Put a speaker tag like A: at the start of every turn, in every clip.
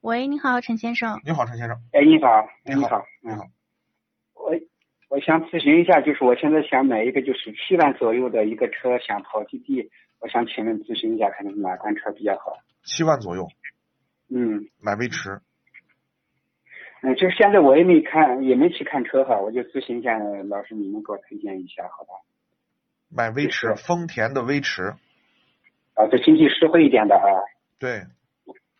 A: 喂，你好，陈先生。
B: 你好，陈先生。
C: 哎，你好，你
B: 好
C: 好，嗯
B: 你好。
C: 我我想咨询一下，就是我现在想买一个就是七万左右的一个车，想跑地地，我想请问咨询一下，看看哪款车比较好？
B: 七万左右
C: 嗯
B: 买威驰，
C: 嗯，就是现在我也没看，也没去看车哈，我就咨询一下呃老师，你能给我推荐一下，好吧？
B: 买威驰，
C: 是
B: 丰田的威驰。
C: 啊，这经济实惠一点的啊，
B: 对，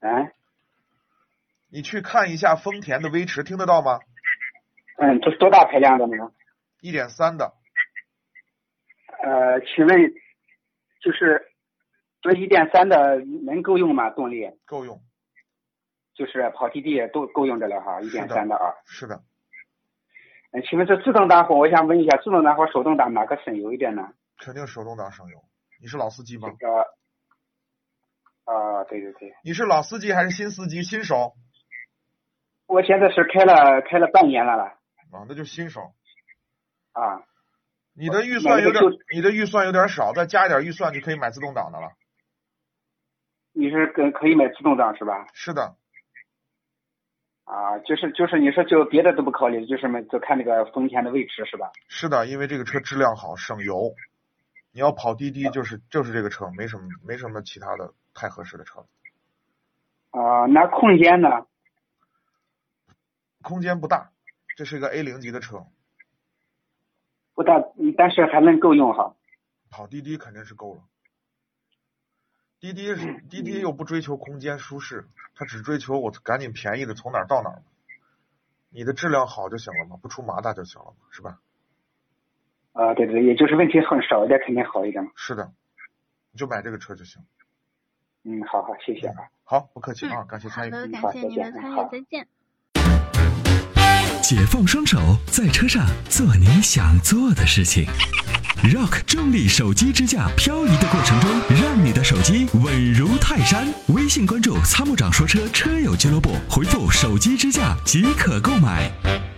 C: 啊，
B: 你去看一下丰田的威驰，听得到吗？
C: 嗯，都是多大排量的呢？
B: 一点三的，
C: 呃，请问就是这一点三的能够用吗？动力
B: 够用。
C: 就是跑地地都够用着了哈，一点三的啊。
B: 是的，
C: 嗯，请问这自动挡火，我想问一下，自动挡火、手动挡哪个省油一点呢？
B: 肯定手动挡省油。你是老司机吗
C: 这？个，啊，对对对，
B: 你是老司机还是新司机？新手
C: 我现在是开了开了半年了啦，
B: 啊，那就新手。
C: 啊，
B: 你的预算有点
C: 买一个，
B: 你的预算有点少，再加一点预算就可以买自动挡的了。
C: 你是可可以买自动挡是吧？
B: 是的，
C: 啊，就是就是你说就别的都不考虑，就是买就看那个丰田的位置是吧？
B: 是的，因为这个车质量好，省油。你要跑滴滴就是就是这个车，没什么没什么其他的太合适的车了。
C: 啊，那空间呢？
B: 空间不大，这是一个 A 零级的车，
C: 不大，嗯但是还能够用哈。
B: 跑滴滴肯定是够了。滴滴是滴滴又不追求空间舒适，它只追求我赶紧便宜的从哪儿到哪儿嘛。你的质量好就行了嘛，不出麻大就行了嘛，是吧？
C: 啊，对对，对也就是问题很少一点，肯定好一点嘛。
B: 是的，你就买这个车就行。
C: 嗯，好好，谢谢啊。
B: 好，不客气啊，感谢
A: 好
B: 参与。
A: 的，
C: 好
A: 感谢
C: 再
A: 您的
C: 见嗯
A: 参与
C: 好，
A: 再见。
D: 解放双手，在车上做你想做的事情。Rock 重力手机支架，漂移的过程中，让你的手机稳如泰山。微信关注“参谋长说车”车友俱乐部，回复“手机支架”即可购买。